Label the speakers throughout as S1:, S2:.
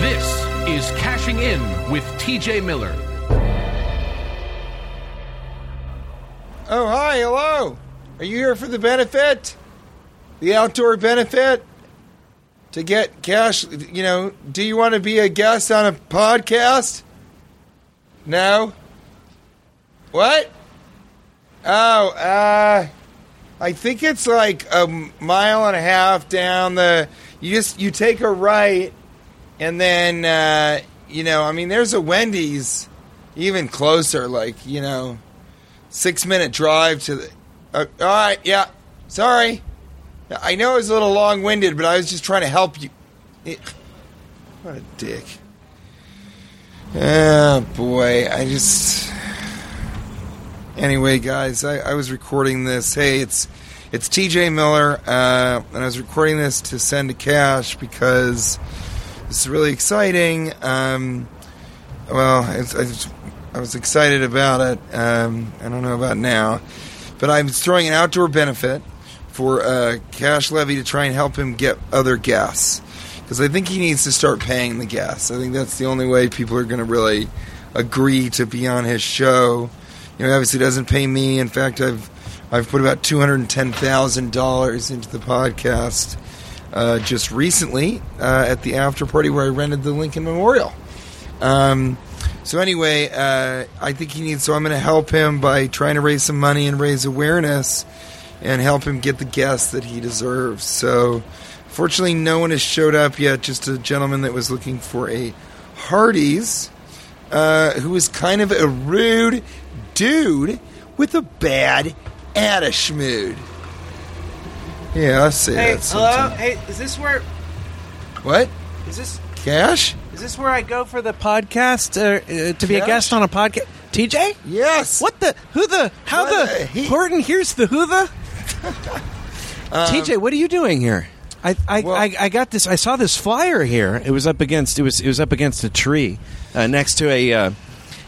S1: This is Cashing In with TJ Miller.
S2: Oh, hi, hello. Are you here for the benefit? The outdoor benefit? To get cash, you know, do you want to be a guest on a podcast? No? What? Oh, uh, I think it's like a mile and a half down the. You just, you take a right, and then, uh, you know, I mean, there's a Wendy's even closer, like, you know six minute drive to the. Uh, all right, yeah. Sorry. I know it was a little long winded, but I was just trying to help you. Eh, What a dick. Oh, boy. I just. Anyway, guys, I, I was recording this. Hey, it's it's TJ Miller, uh, and I was recording this to send to Cash because this is really exciting. Um, well, it's, I, just- I was excited about it. Um, I don't know about now, but I'm throwing an outdoor benefit for uh, Cash Levy to try and help him get other gas because I think he needs to start paying the gas. I think that's the only way people are going to really agree to be on his show. You know, obviously, he doesn't pay me. In fact, I've I've put about two hundred ten thousand dollars into the podcast uh, just recently uh, at the after party where I rented the Lincoln Memorial. Um, so anyway, uh, I think he needs. So I'm going to help him by trying to raise some money and raise awareness, and help him get the guests that he deserves. So, fortunately, no one has showed up yet. Just a gentleman that was looking for a Hardee's, uh, who is kind of a rude dude with a bad attitude. Yeah, I see
S3: Hey,
S2: that.
S3: hello.
S2: sometime.
S3: Hey, is this where
S2: What?
S3: is this
S2: Cash?
S3: is this where I go for the podcast uh, uh, to be
S2: Yes.
S3: a guest on a podcast? TJ,
S2: Yes.
S3: what the who the how
S2: What
S3: the
S2: the he-
S3: Horton here's the who the TJ, what are you doing here?
S4: I, I,
S2: Um, Well-
S4: I, I got this. I saw this flyer here. It was up against. It was. It was up against a tree, uh, next to a, uh,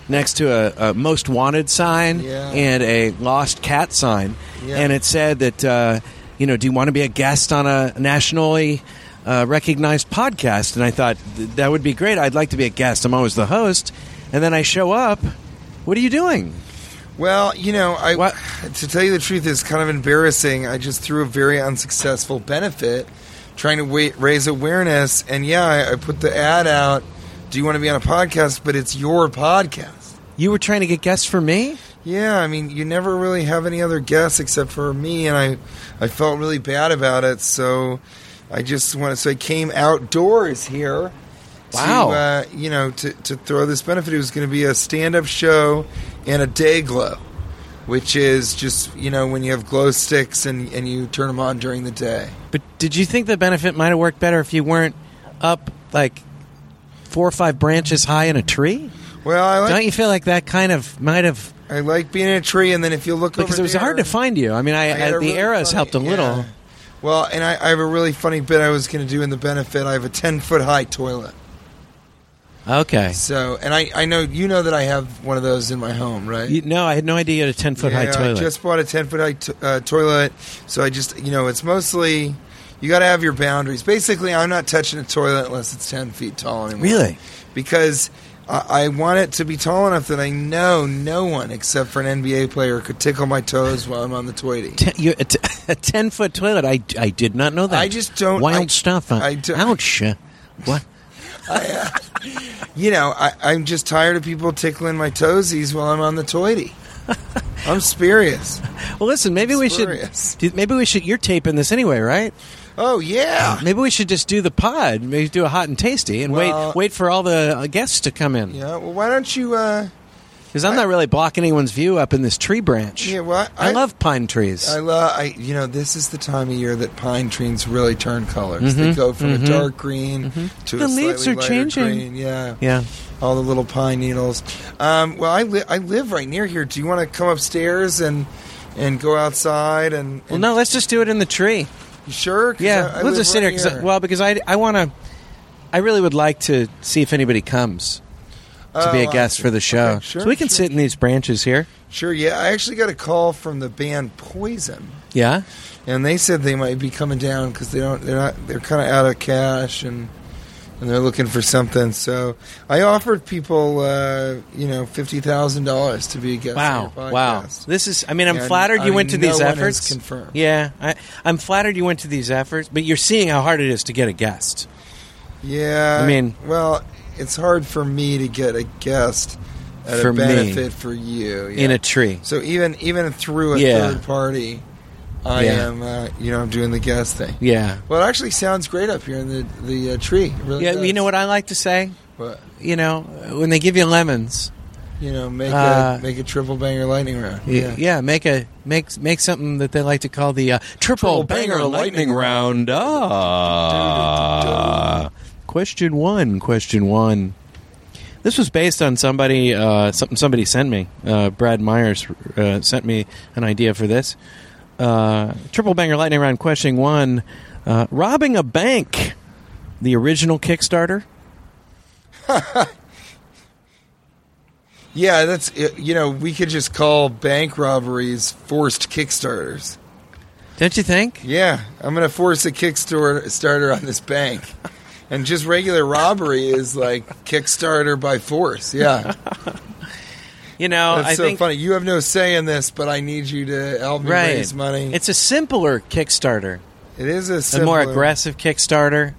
S4: next to a, a most wanted sign
S2: Yeah.
S4: and a lost cat sign,
S2: Yeah.
S4: and it said that uh, you know, do you want to be a guest on a nationally uh, recognized podcast? And I thought "Th- that would be great. I'd like to be a guest. I'm always the host, and then I show up. What are you doing?
S2: Well, you know, I
S4: What?
S2: to tell you the truth, it's kind of embarrassing. I just threw a very unsuccessful benefit, trying to wait, raise awareness, and yeah, I, I put the ad out. Do you want to be on a podcast? But it's your podcast.
S4: You were trying to get guests for me.
S2: Yeah, I mean, you never really have any other guests except for me, and I, I felt really bad about it. So, I just want to. So I came outdoors here.
S4: Wow.
S2: To, uh, you know, to to throw this benefit, it was going to be a stand-up show and a day glow, which is just you know when you have glow sticks and and you turn them on during the day.
S4: But did you think the benefit might have worked better if you weren't up like four or five branches high in a tree?
S2: Well, I like
S4: Don't you feel like that kind of might have
S2: I like being in a tree, and then if you look
S4: because
S2: over
S4: it was
S2: there-
S4: hard to find you? I mean,
S2: I
S4: I,
S2: had
S4: I-
S2: a
S4: the
S2: really
S4: arrows
S2: funny-
S4: helped a
S2: yeah.
S4: little.
S2: Well, and I, I have a really funny bit I was going to do in the benefit. I have a ten foot high toilet.
S4: Okay.
S2: So, and I, I know you know that I have one of those in my home, right?
S4: You, no, I had no idea you had a ten foot high
S2: Yeah,
S4: toilet.
S2: I just bought a 10 foot high t- uh, toilet. So I just, you know, it's mostly, you got to have your boundaries. Basically, I'm not touching a toilet unless it's 10 feet tall anymore.
S4: really?
S2: Because I, I want it to be tall enough that I know no one except for an NBA player could tickle my toes while I'm on the toity.
S4: Ten, you, a, t- a ten foot toilet. I, I did not know that.
S2: I just don't-
S4: Wild
S2: I-
S4: stuff.
S2: I
S4: I
S2: do-
S4: Ouch. Uh, What?
S2: You know, I, I'm just tired of people tickling my toesies while I'm on the toity. I'm spurious.
S4: Well, listen. Maybe we
S2: Spurious.
S4: should. do- Maybe we should. You're taping this anyway, right?
S2: Oh, yeah.
S4: Maybe we should just do the pod. Maybe do a hot and tasty, and
S2: Well-
S4: wait wait for all the uh, guests to come in.
S2: Yeah, well, why don't you, uh,
S4: Because I'm not really blocking anyone's view up in this tree branch.
S2: yeah, well,
S4: I, love pine trees.
S2: I love. I you know this is the time of year that pine trees really turn colors. They go from a dark green to
S4: Mm-hmm. The
S2: a
S4: leaves
S2: slightly
S4: are
S2: lighter
S4: changing.
S2: Green. Yeah,
S4: yeah.
S2: All the little pine needles. Um, well, I li- I live right near here. Do you want to come upstairs and and go outside and,
S4: Well,
S2: and
S4: no, let's just do it in the tree.
S2: you sure? 'Cause
S4: Yeah,
S2: I- I
S4: we'll
S2: live
S4: just sit
S2: right
S4: here. 'cause I-
S2: here.
S4: well, because I, I want to, I really would like to see if anybody comes to be
S2: Oh,
S4: a
S2: I
S4: guest
S2: see.
S4: for the show.
S2: Okay, sure,
S4: so we can
S2: sure.
S4: sit in these branches here.
S2: Sure. Yeah, I actually got a call from the band Poison,
S4: Yeah.
S2: and they said they might be coming down because they don't. They're not. They're kind of out of cash and. and they're looking for something. So I offered people, uh, you know, fifty thousand dollars to be a guest.
S4: Wow.
S2: on your
S4: Wow.
S2: podcast.
S4: This is. I mean, I'm
S2: And,
S4: flattered
S2: I
S4: you went to
S2: mean, no
S4: these
S2: one has
S4: efforts.
S2: confirmed.
S4: Yeah, I, I'm flattered you went to these efforts, but you're seeing how hard it is to get a guest.
S2: yeah,
S4: I mean-
S2: well, it's hard for me to get a guest at
S4: For
S2: a
S4: me.
S2: benefit for you yeah.
S4: in a tree.
S2: So even even through a
S4: Yeah.
S2: third party, I
S4: Yeah.
S2: am, uh, you know, I'm doing the guest thing.
S4: Yeah.
S2: Well, it actually sounds great up here in the the uh, tree. It really
S4: Yeah,
S2: does.
S4: you know what I like to say?
S2: But,
S4: You know, when they give you lemons,
S2: you know, make
S4: Uh,
S2: a make a triple banger lightning round.
S4: yeah, yeah make a make make something that they like to call the uh, triple,
S2: Triple banger
S4: banger, lightning,
S2: lightning
S4: round. Ah. Question one. Question one. This was based on somebody uh, something somebody sent me. Uh, Brad Myers uh, sent me an idea for this. Uh, triple banger lightning round. Question one. Uh, robbing a bank. The original Kickstarter.
S2: Yeah, that's you know we could just call bank robberies forced kickstarters.
S4: Don't you think?
S2: Yeah, I'm gonna force a Kickstarter on this bank, and just regular robbery is like Kickstarter by force. Yeah,
S4: You know,
S2: that's
S4: Oh, I
S2: so
S4: think
S2: funny. You have no say in this, but I need you to help me
S4: right.
S2: raise money.
S4: It's a simpler Kickstarter,
S2: it is a,
S4: a more
S2: simpler-
S4: aggressive Kickstarter.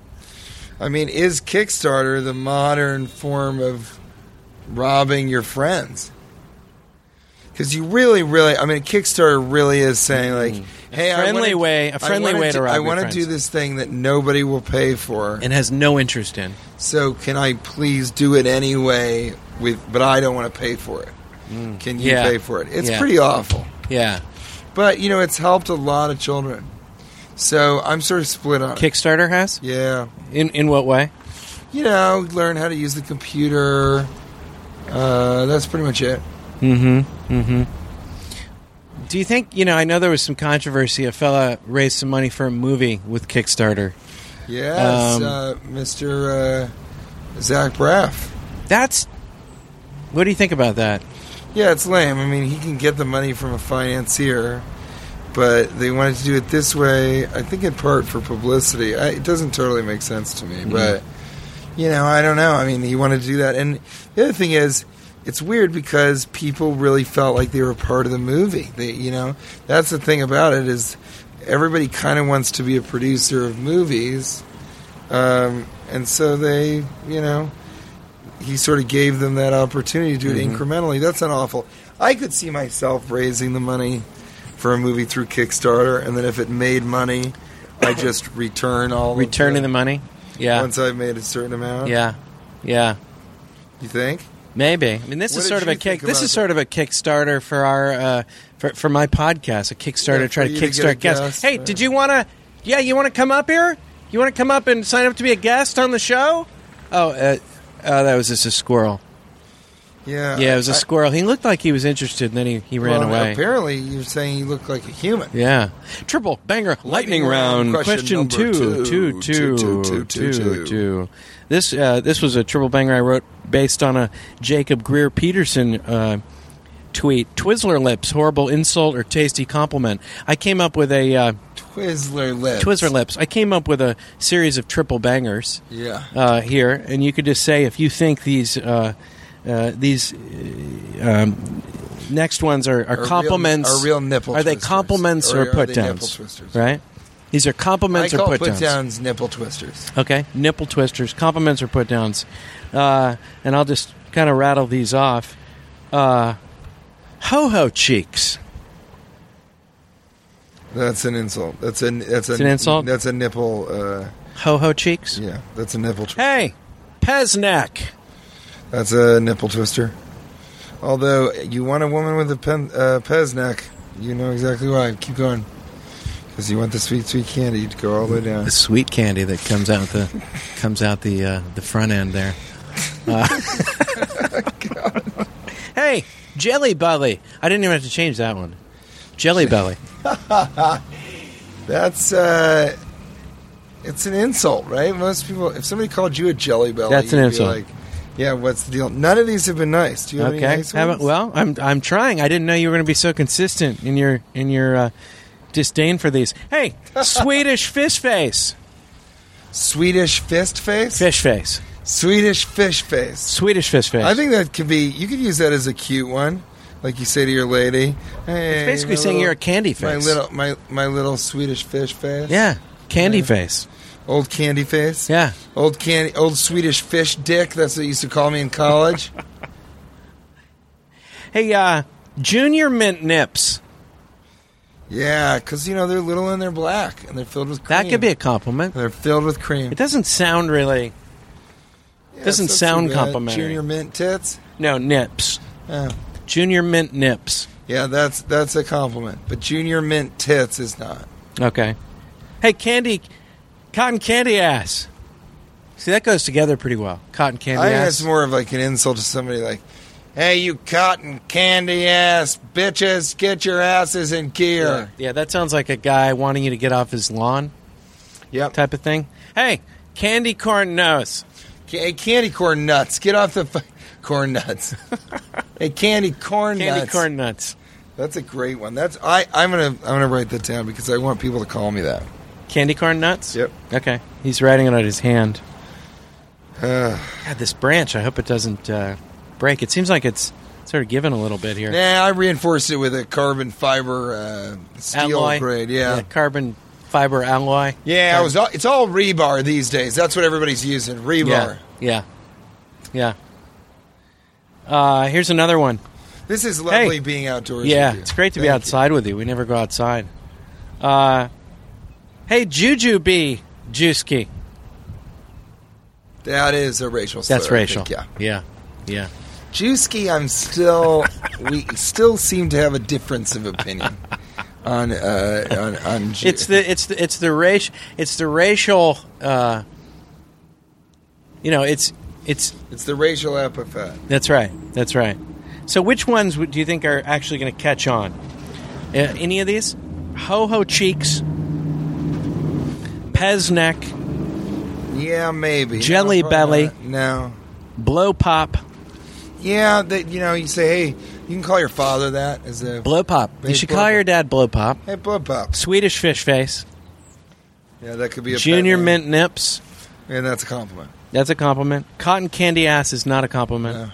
S2: I mean, is Kickstarter the modern form of robbing your friends? Because you really, really, I mean, Kickstarter really is saying like, "Hey, I
S4: Mm. friendly
S2: wanna,
S4: way- a
S2: I
S4: friendly
S2: wanna
S4: way
S2: do-
S4: to rob
S2: I
S4: your
S2: wanna
S4: friends."
S2: do this thing that nobody will pay for,
S4: and has no interest in.
S2: so can I please do it anyway? With, but I don't want to pay for it. Can you
S4: Mm. Yeah.
S2: pay for it? It's
S4: Yeah.
S2: pretty awful,
S4: Yeah,
S2: but you know, it's helped a lot of children. So I'm sort of split on it.
S4: Kickstarter has.
S2: Yeah.
S4: In in what way?
S2: you know, learn how to use the computer. Uh, that's pretty much it.
S4: Do you think you know? I know there was some controversy. A fella raised some money for a movie with Kickstarter.
S2: Yes,
S4: Um,
S2: uh, Mr. Uh, Zach Braff.
S4: That's. What do you think about that?
S2: Yeah, it's lame. I mean, he can get the money from a financier, but they wanted to do it this way. I think in part for publicity. I, it doesn't totally make sense to me, but you know, I don't know. I mean, he wanted to do that, and the other thing is, it's weird because people really felt like they were part of the movie. They, you know, that's the thing about it is everybody kind of wants to be a producer of movies, um, and so they, you know he sort of gave them that opportunity to do
S4: Mm-hmm.
S2: it incrementally. That's not awful. I could see myself raising the money for a movie through Kickstarter, and then if it made money, I just return all
S4: Returning the
S2: of
S4: money. Yeah,
S2: once I've made a certain amount.
S4: yeah, yeah.
S2: you think?
S4: Maybe. I mean, this
S2: What
S4: is
S2: did
S4: sort of
S2: you
S4: a kick.
S2: think about
S4: This is
S2: that?
S4: sort of a Kickstarter for our uh, for for my podcast. A Kickstarter
S2: Yeah,
S4: to try
S2: for
S4: to
S2: you to get a
S4: kickstart guests.
S2: guest, uh,
S4: hey,
S2: yeah.
S4: did you want to? Yeah, you want to come up here? You want to come up and oh, sign up to be a guest on the show? Oh, uh, uh, that was just a squirrel.
S2: Yeah.
S4: Yeah, it was a
S2: I-
S4: squirrel. He looked like he was interested, and then he, he ran
S2: well,
S4: away.
S2: Apparently, you're saying you look like a human.
S4: Yeah. Triple banger lightning,
S2: Lightning round,
S4: round.
S2: question
S4: Question,
S2: number
S4: two, two,
S2: two, two,
S4: two, two,
S2: two,
S4: two,
S2: two, two.
S4: This uh, this was a triple banger I wrote based on a Jacob Greer Peterson uh, tweet. Twizzler lips, horrible insult or tasty compliment. I came up with a uh,
S2: Twizzler lips.
S4: Twizzler lips. I came up with a series of triple bangers
S2: Yeah.
S4: uh, here, and you could just say if you think these uh, uh, these uh, um, next ones are, are,
S2: real-
S4: compliments,
S2: are real nipple
S4: Are they
S2: twisters,
S4: compliments
S2: or
S4: or,
S2: are they
S4: put
S2: nipple
S4: downs?
S2: twisters?
S4: Right. These are
S2: I
S4: compliments or
S2: call
S4: put
S2: put
S4: downs.
S2: downs nipple twisters.
S4: Okay, nipple twisters, compliments or put downs, uh, and I'll just kind of rattle these off. Uh, Ho ho cheeks.
S2: That's an insult. That's an that's
S4: It's an insult?
S2: That's a nipple. Uh,
S4: Ho ho cheeks.
S2: yeah, that's a nipple. Tw-
S4: Hey, Pezneck.
S2: that's a nipple twister. Although you want a woman with a pen, uh, Pez neck, you know exactly why. Keep going, because you want the sweet sweet candy to go all the way down.
S4: the sweet candy that comes out the comes out the uh, the front end there. Uh, hey, jelly belly! I didn't even have to change that one. Jelly belly.
S2: That's uh, it's an insult, right? Most people, if somebody called you a jelly belly,
S4: That's an
S2: you'd be
S4: insult.
S2: Like, yeah, what's the deal? None of these have been nice. Do you have any
S4: Okay.
S2: nice
S4: Have
S2: ones?
S4: it- well, I'm I'm trying. I didn't know you were going to be so consistent in your in your uh, disdain for these. Hey, Swedish fish face.
S2: Swedish fist face.
S4: Fish face.
S2: Swedish fish face.
S4: Swedish fish face.
S2: I think that could be. You could use that as a cute one, like you say to your lady. Hey,
S4: it's basically
S2: my
S4: saying
S2: little-
S4: you're a candy face.
S2: My little, my my little Swedish fish face.
S4: yeah, candy face.
S2: old candy face.
S4: Yeah.
S2: old candy, old Swedish fish dick. That's what you used to call me in college.
S4: Hey, uh, junior mint nips.
S2: yeah, because you know they're little and they're black and they're filled with cream.
S4: That could be a compliment.
S2: They're filled with cream.
S4: It doesn't sound really.
S2: Yeah,
S4: doesn't
S2: it's not
S4: sound
S2: too bad.
S4: complimentary.
S2: Junior mint tits.
S4: No nips.
S2: Yeah.
S4: Junior mint nips.
S2: yeah, that's that's a compliment. But junior mint tits is not.
S4: Okay. Hey, candy, cotton candy ass. See, that goes together pretty well. Cotton candy
S2: I think
S4: ass.
S2: that's more of like an insult to somebody like, hey, you cotton candy ass bitches, get your asses in
S4: yeah.
S2: gear.
S4: yeah, that sounds like a guy wanting you to get off his lawn
S2: Yep.
S4: type of thing. Hey, candy corn nose.
S2: Hey, candy corn nuts, get off the f- corn nuts. hey, candy corn
S4: Candy
S2: nuts.
S4: corn nuts.
S2: That's a great one. That's I. I'm gonna I'm gonna write that down because I want people to call me that.
S4: Candy corn nuts?
S2: Yep.
S4: Okay. He's writing it on his hand. God, this branch, I hope it doesn't uh, break. It seems like it's sort of giving a little bit here.
S2: Nah, I reinforced it with a carbon fiber uh, steel
S4: alloy.
S2: grade. Yeah.
S4: carbon fiber alloy.
S2: Yeah, it was all, it's all rebar these days. That's what everybody's using. Rebar.
S4: Yeah. Yeah. Yeah. Uh, here's another one.
S2: This is lovely
S4: Hey.
S2: being outdoors.
S4: yeah,
S2: with you.
S4: it's great to be
S2: Thank you.
S4: outside with you. We never go outside. Uh, hey, Juju B. Juski.
S2: That is a racial.
S4: That's
S2: slur, I
S4: racial.
S2: think, Yeah,
S4: Yeah. Yeah.
S2: Juicy. I'm still. we still seem to have a difference of opinion on uh, on on. Ju-
S4: It's the it's the it's the race it's the racial uh, you know, it's it's
S2: it's the racial epithet.
S4: That's right. That's right. So, which ones would- do you think are actually going to catch on? Uh, any of these? Ho ho cheeks, Pez neck,
S2: Yeah, maybe
S4: Jelly
S2: No, probably
S4: belly.
S2: not. No.
S4: blow pop,
S2: Yeah, that you know you say, hey, you can call your father that as a
S4: blow pop.
S2: Hey,
S4: You should
S2: blow
S4: call
S2: pop.
S4: your dad blow pop.
S2: Hey, blood pops.
S4: Swedish fish face,
S2: Yeah, that could be a pet
S4: junior
S2: name.
S4: mint nips.
S2: and that's a compliment.
S4: That's a compliment. Cotton candy ass is not a compliment.
S2: No.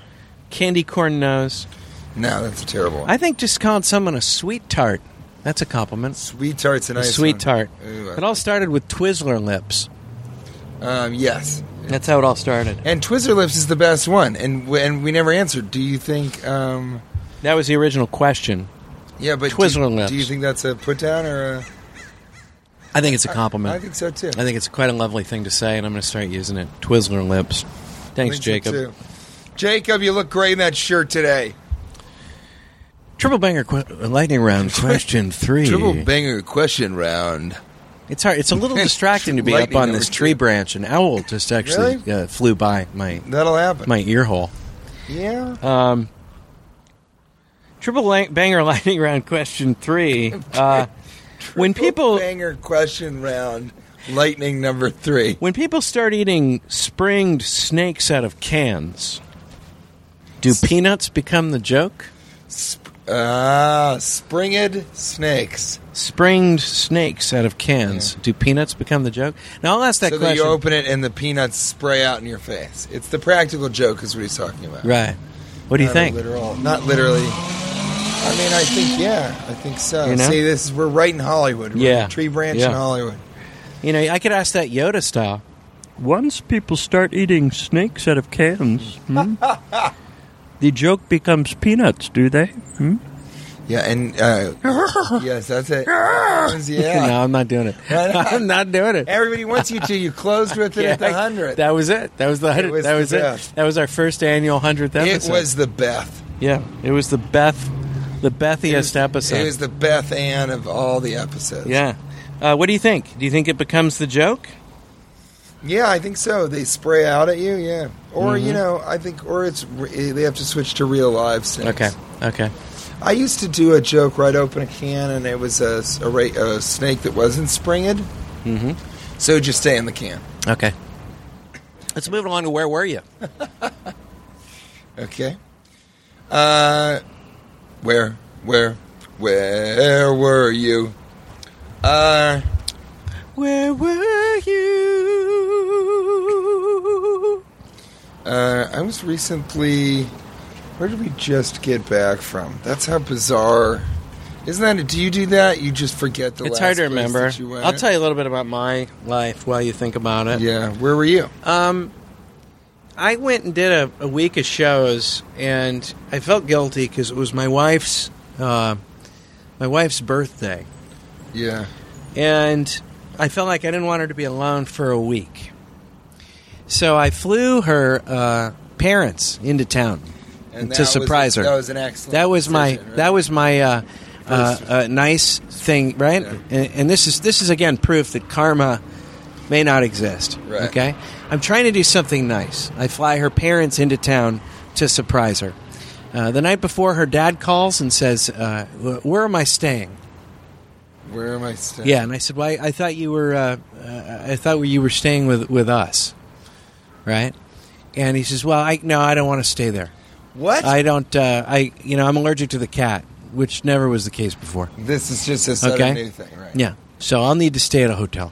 S4: Candy corn nose.
S2: No, that's a terrible. one.
S4: I think just calling someone a sweet tart. That's a compliment.
S2: Sweet tart's a
S4: A
S2: nice
S4: sweet
S2: one.
S4: tart.
S2: Ooh, I-
S4: It all started with Twizzler lips.
S2: Um, yes.
S4: That's how it all started.
S2: And Twizzler Lips is the best one, and w- and we never answered. Do you think? Um,
S4: That was the original question.
S2: yeah, but do-
S4: Twizzler Lips.
S2: Do you think that's a put down or? A,
S4: I think it's a compliment.
S2: I think so too.
S4: I think it's quite a lovely thing to say, and I'm going to start using it. Twizzler lips.
S2: I
S4: Thanks,
S2: think so,
S4: Jacob.
S2: too. Jacob, you look great in that shirt today.
S4: Triple banger qu- lightning round question three.
S2: Triple banger question round.
S4: it's hard. It's a little distracting to be up
S2: Lightning
S4: on
S2: number
S4: this
S2: two.
S4: tree branch. An owl just actually
S2: Really?
S4: uh, flew by my
S2: That'll happen.
S4: my ear hole.
S2: Yeah.
S4: Um, triple lang- banger lightning round question three. Uh, when people
S2: banger question round, lightning number three.
S4: when people start eating springed snakes out of cans, do peanuts become the joke?
S2: Sp- ah, springed snakes.
S4: Springed snakes out of cans. Do peanuts become the joke? Now I'll ask that
S2: so that
S4: question.
S2: you open it and the peanuts spray out in your face. It's the practical joke, is what he's talking about.
S4: right. What do you
S2: Not a
S4: think?
S2: Literal, not literally. I mean, I think yeah, I think so.
S4: You know?
S2: See, this is we're right in Hollywood. We're
S4: Yeah.
S2: in tree branch
S4: Yeah.
S2: in Hollywood.
S4: You know, I could ask that Yoda style.
S5: Once people start eating snakes out of cans, hmm, the joke becomes peanuts, do they? Hmm?
S2: Yeah, and uh, yes, that's it. yeah.
S4: No, I'm not doing it.
S2: Why not?
S4: I'm not doing it.
S2: Everybody wants you to. You closed with it at the
S4: Yeah,
S2: hundredth.
S4: That was it. That was the hundred.
S2: was
S4: That
S2: the
S4: was it.
S2: best.
S4: That was our first annual hundredth
S2: It
S4: episode.
S2: was the Beth.
S4: Yeah, it was the Beth, the Bethiest
S2: It was-
S4: episode.
S2: It was the Beth Ann of all the episodes.
S4: yeah. Uh, what do you think? Do you think it becomes the joke?
S2: Yeah, I think so. They spray out at you, yeah. Or you know, I think, or it's re- they have to switch to real live snakes.
S4: Okay. Okay.
S2: I used to do a joke right open a can, and it was a, s- a ra- a snake that wasn't springed. Mm-hmm. So just stay in the can.
S4: Okay. Let's move along to where were you?
S2: Okay. Uh, where, where, where were you? Uh,
S4: Where were you?
S2: uh, I was recently. Where did we just get back from? That's how bizarre. Isn't that? Do you do that? You just forget the.
S4: It's
S2: last
S4: hard to
S2: place
S4: remember.
S2: That you went?
S4: I'll tell you a little bit about my life while you think about it.
S2: Yeah, where were you?
S4: Um, I went and did a, a week of shows, and I felt guilty because it was my wife's uh, my wife's birthday,
S2: Yeah.
S4: and I felt like I didn't want her to be alone for a week. So I flew her uh, parents into town
S2: And that
S4: to
S2: was-
S4: surprise her.
S2: that was an excellent
S4: That was my
S2: decision, right?
S4: that was my uh, uh, uh, nice thing, right?
S2: Yeah.
S4: And, and this is this is again proof that karma may not exist.
S2: Right.
S4: Okay, I'm trying to do something nice. I fly her parents into town to surprise her. Uh, the night before, her dad calls and says, uh, "Wh- "Where am I staying?"
S2: Where am I staying?
S4: Yeah, and I said, "Well, I, I thought you were, uh, uh, I thought you were staying with with us, right?" And he says, "Well, I no, I don't want to stay there.
S2: What?
S4: I don't. Uh, I you know, I'm allergic to the cat, which never was the case before.
S2: this is just a sudden
S4: Okay.
S2: new thing, right?
S4: Yeah, so I'll need to stay at a hotel.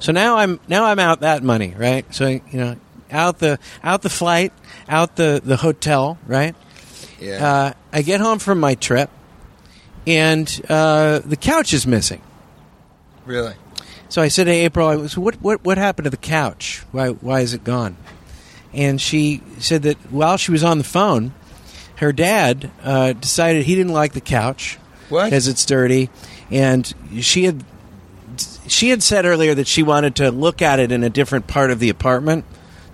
S4: So now I'm now I'm out that money, right? So you know, out the out the flight, out the the hotel, right?
S2: Yeah.
S4: Uh, I get home from my trip, and uh, the couch is missing."
S2: really?
S4: So I said to April, I was, what, what, what happened to the couch? Why, why is it gone? And she said that while she was on the phone, her dad uh, decided he didn't like the couch
S2: What?
S4: because it's dirty, and she had she had said earlier that she wanted to look at it in a different part of the apartment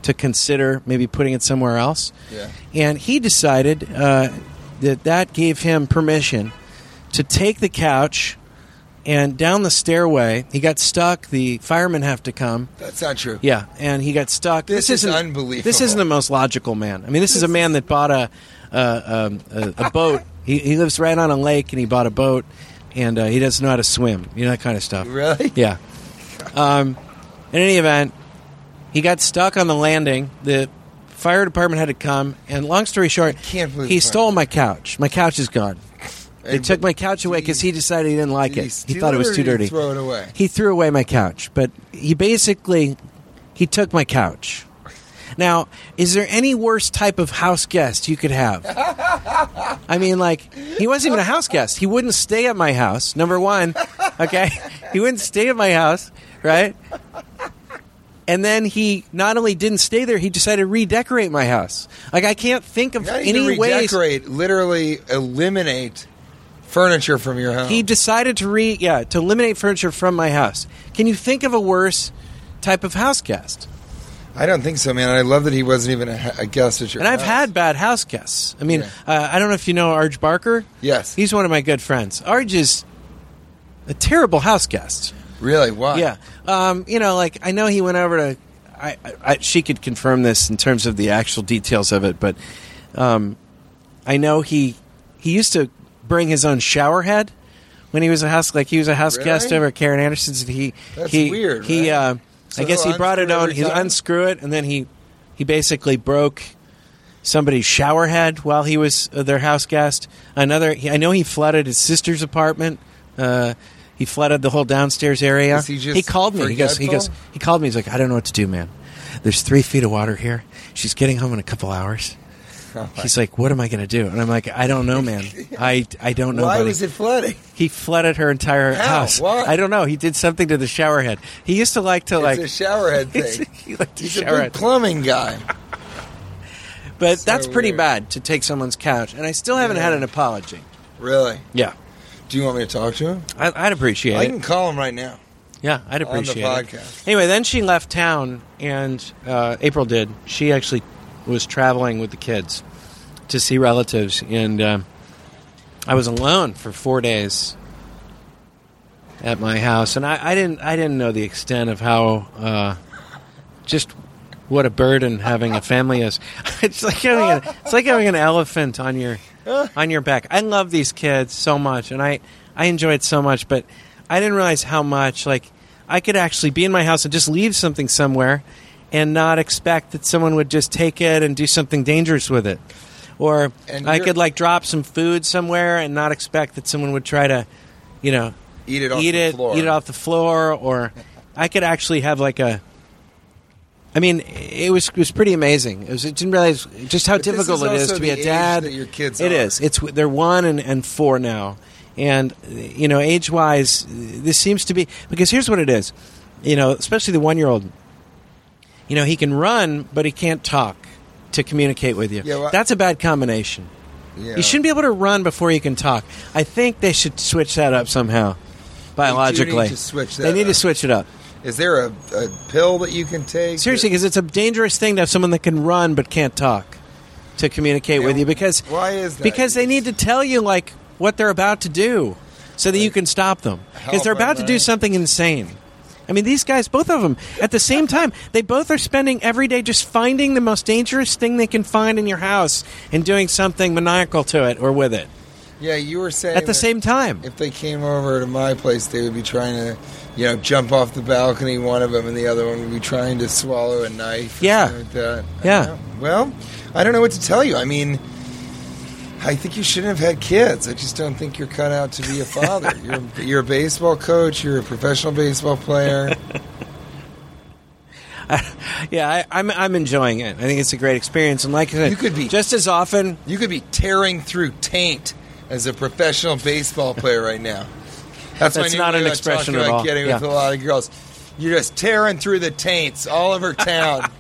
S4: to consider maybe putting it somewhere else.
S2: Yeah.
S4: And he decided uh, that that gave him permission to take the couch and down the stairway. He got stuck. The firemen have to come.
S2: That's not true.
S4: Yeah, and he got stuck.
S2: This is
S4: isn't-
S2: unbelievable.
S4: This isn't the most logical man. I mean, this is a man that bought a uh, um, a, a boat. He, he lives right on a lake, and he bought a boat, and uh, he doesn't know how to swim. You know that kind of stuff.
S2: Really?
S4: Yeah. Um, in any event, he got stuck on the landing. The fire department had to come, and long story short,
S2: can't believe
S4: he
S2: the fire-
S4: stole my couch. My couch is gone. They
S2: And
S4: took my couch away because he decided he didn't like
S2: did he
S4: it. He
S2: steal
S4: thought it
S2: it
S4: was
S2: or
S4: too
S2: did he
S4: dirty.
S2: throw it away?
S4: He threw away my couch, but he basically he took my couch. Now, is there any worse type of house guest you could have? I mean, like, he wasn't even a house guest. He wouldn't stay at my house, number one. Okay? He wouldn't stay at my house, right? And then he not only didn't stay there, he decided to redecorate my house. Like, I can't think of
S2: Not even
S4: any ways.
S2: redecorate, literally eliminate furniture from your home.
S4: He decided to re yeah to eliminate furniture from my house. Can you think of a worse type of house guest?
S2: I don't think so, man. I love that he wasn't even a, a guest at your.
S4: And I've
S2: house.
S4: had bad house guests. I mean,
S2: Yeah.
S4: uh, I don't know if you know Arj Barker.
S2: Yes.
S4: he's one of my good friends. Arj is a terrible house guest.
S2: really why?
S4: Yeah, um, you know, like I know he went over to. I, I, I, she could confirm this in terms of the actual details of it, but Um, I know he he used to bring his own shower head when he was a house like he was a house guest
S2: Really?
S4: over at Karen Anderson's. And he
S2: That's
S4: he
S2: weird,
S4: he
S2: right?
S4: uh,
S2: So
S4: I guess he
S2: he'll
S4: brought it
S2: unscrew
S4: on.
S2: every
S4: He
S2: time?
S4: unscrew it and then he he basically broke somebody's shower head while he was uh, their house guest. Another he, I know he flooded his sister's apartment. Uh, he flooded the whole downstairs area.
S2: Is he just
S4: called me. He goes. He goes.
S2: forgetful?
S4: He called me. He's like, I don't know what to do, man. There's three feet of water here. She's getting home in a couple hours. He's like, "What am I going to do?" And I'm like, "I don't know, man. I I don't know."
S2: Why
S4: buddy."
S2: was it flooding?
S4: He flooded her entire
S2: How?
S4: house.
S2: Why?
S4: I don't know. He did something to the shower head. He used to like to like.
S2: it's a showerhead thing.
S4: he liked to
S2: He's a
S4: shower
S2: big
S4: head,
S2: plumbing guy.
S4: but that's
S2: so
S4: pretty
S2: weird.
S4: bad to take someone's couch. And I still haven't had an apology.
S2: Really?
S4: Yeah,
S2: Do you want me to talk to him?
S4: I, I'd appreciate
S2: I
S4: it.
S2: can call him right now.
S4: Yeah,
S2: on
S4: I'd
S2: the
S4: appreciate
S2: podcast.
S4: it. Anyway, then she left town, and uh, April did. She actually was traveling with the kids to see relatives, and um I was alone for four days at my house, and I, I didn't I didn't know the extent of how uh, just what a burden having a family is. it's like having an, it's like having an elephant on your on your back. I love these kids so much, and I I enjoy it so much, but I didn't realize how much like I could actually be in my house and just leave something somewhere and not expect that someone would just take it and do something dangerous with it. Or
S2: And
S4: I
S2: you're-
S4: could like drop some food somewhere and not expect that someone would try to, you know,
S2: Eat it off
S4: eat
S2: the
S4: it,
S2: floor.
S4: eat it off the floor, or I could actually have like a. I mean, it was it was pretty amazing. It was, I didn't realize just how
S2: But this
S4: difficult
S2: is
S4: it is
S2: also
S4: to be
S2: the
S4: a
S2: age
S4: dad.
S2: that your kids
S4: It
S2: are.
S4: is. It's they're one and, and four now, and you know, age wise, this seems to be because here's what it is. You know, especially the one year old. You know, he can run, but he can't talk to communicate with you.
S2: Yeah, well-
S4: That's a bad combination.
S2: Yeah.
S4: You shouldn't be able to run before you can talk. I think they should switch that up somehow. Biologically,
S2: to switch
S4: They
S2: that
S4: need to
S2: up.
S4: switch it up
S2: Is there a, a pill that you can take?
S4: seriously because it's a dangerous thing to have someone that can run but can't talk to communicate
S2: Yeah,
S4: with you because
S2: why is that?
S4: because they need to tell you like what they're about to do so that you can stop them because they're
S2: Help,
S4: about to do
S2: right?
S4: something insane i mean these guys both of them at the same time they both are spending every day just finding the most dangerous thing they can find in your house and doing something maniacal to it or with it
S2: Yeah, you were saying
S4: at the
S2: that
S4: same time
S2: If they came over to my place, they would be trying to, you know, jump off the balcony. One of them, and the other one would be trying to swallow a knife. or
S4: Yeah.
S2: something like that. I
S4: Yeah.
S2: don't know. Well, I don't know what to tell you. I mean, I think you shouldn't have had kids. I just don't think you're cut out to be a father. you're, you're a baseball coach. You're a professional baseball player.
S4: yeah I, I'm, I'm enjoying it i think it's a great experience and like I said,
S2: You could be-
S4: just as often
S2: You could be tearing through taint as a professional baseball player right now. That's, my
S4: That's
S2: new
S4: not
S2: way
S4: an
S2: about
S4: expression
S2: talking
S4: at
S2: about
S4: all.
S2: Getting with
S4: Yeah.
S2: a lot of girls, you're just tearing through the taints all over town.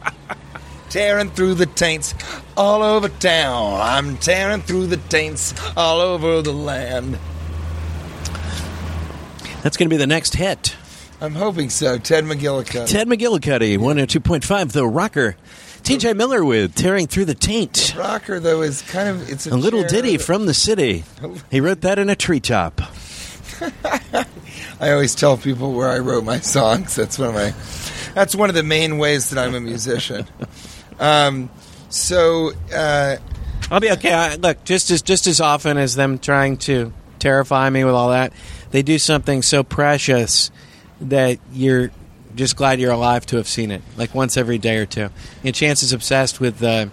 S2: tearing through the taints all over town. I'm tearing through the taints all over the land.
S4: that's going to be the next hit
S2: I'm hoping so. Ted McGillicuddy.
S4: Ted McGillicuddy, 102.5, The Rocker. TJ Miller with Tearing Through the Taint.
S2: Rocker though is kind of it's a,
S4: A little
S2: chair
S4: ditty
S2: that-
S4: from the city. He wrote that in a treetop.
S2: I always tell people where I wrote my songs. That's one of my. That's one of the main ways that I'm a musician. Um, so uh,
S4: I'll be okay. I, look, just as just as often as them trying to terrify me with all that, they do something so precious that you're just glad you're alive to have seen it. Like once every day or two. And Chance is obsessed with uh,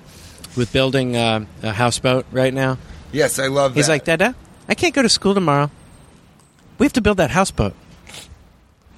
S4: with building uh, a houseboat right now.
S2: yes, I love.
S4: He's
S2: that.
S4: like, Dada, I can't go to school tomorrow. We have to build that houseboat.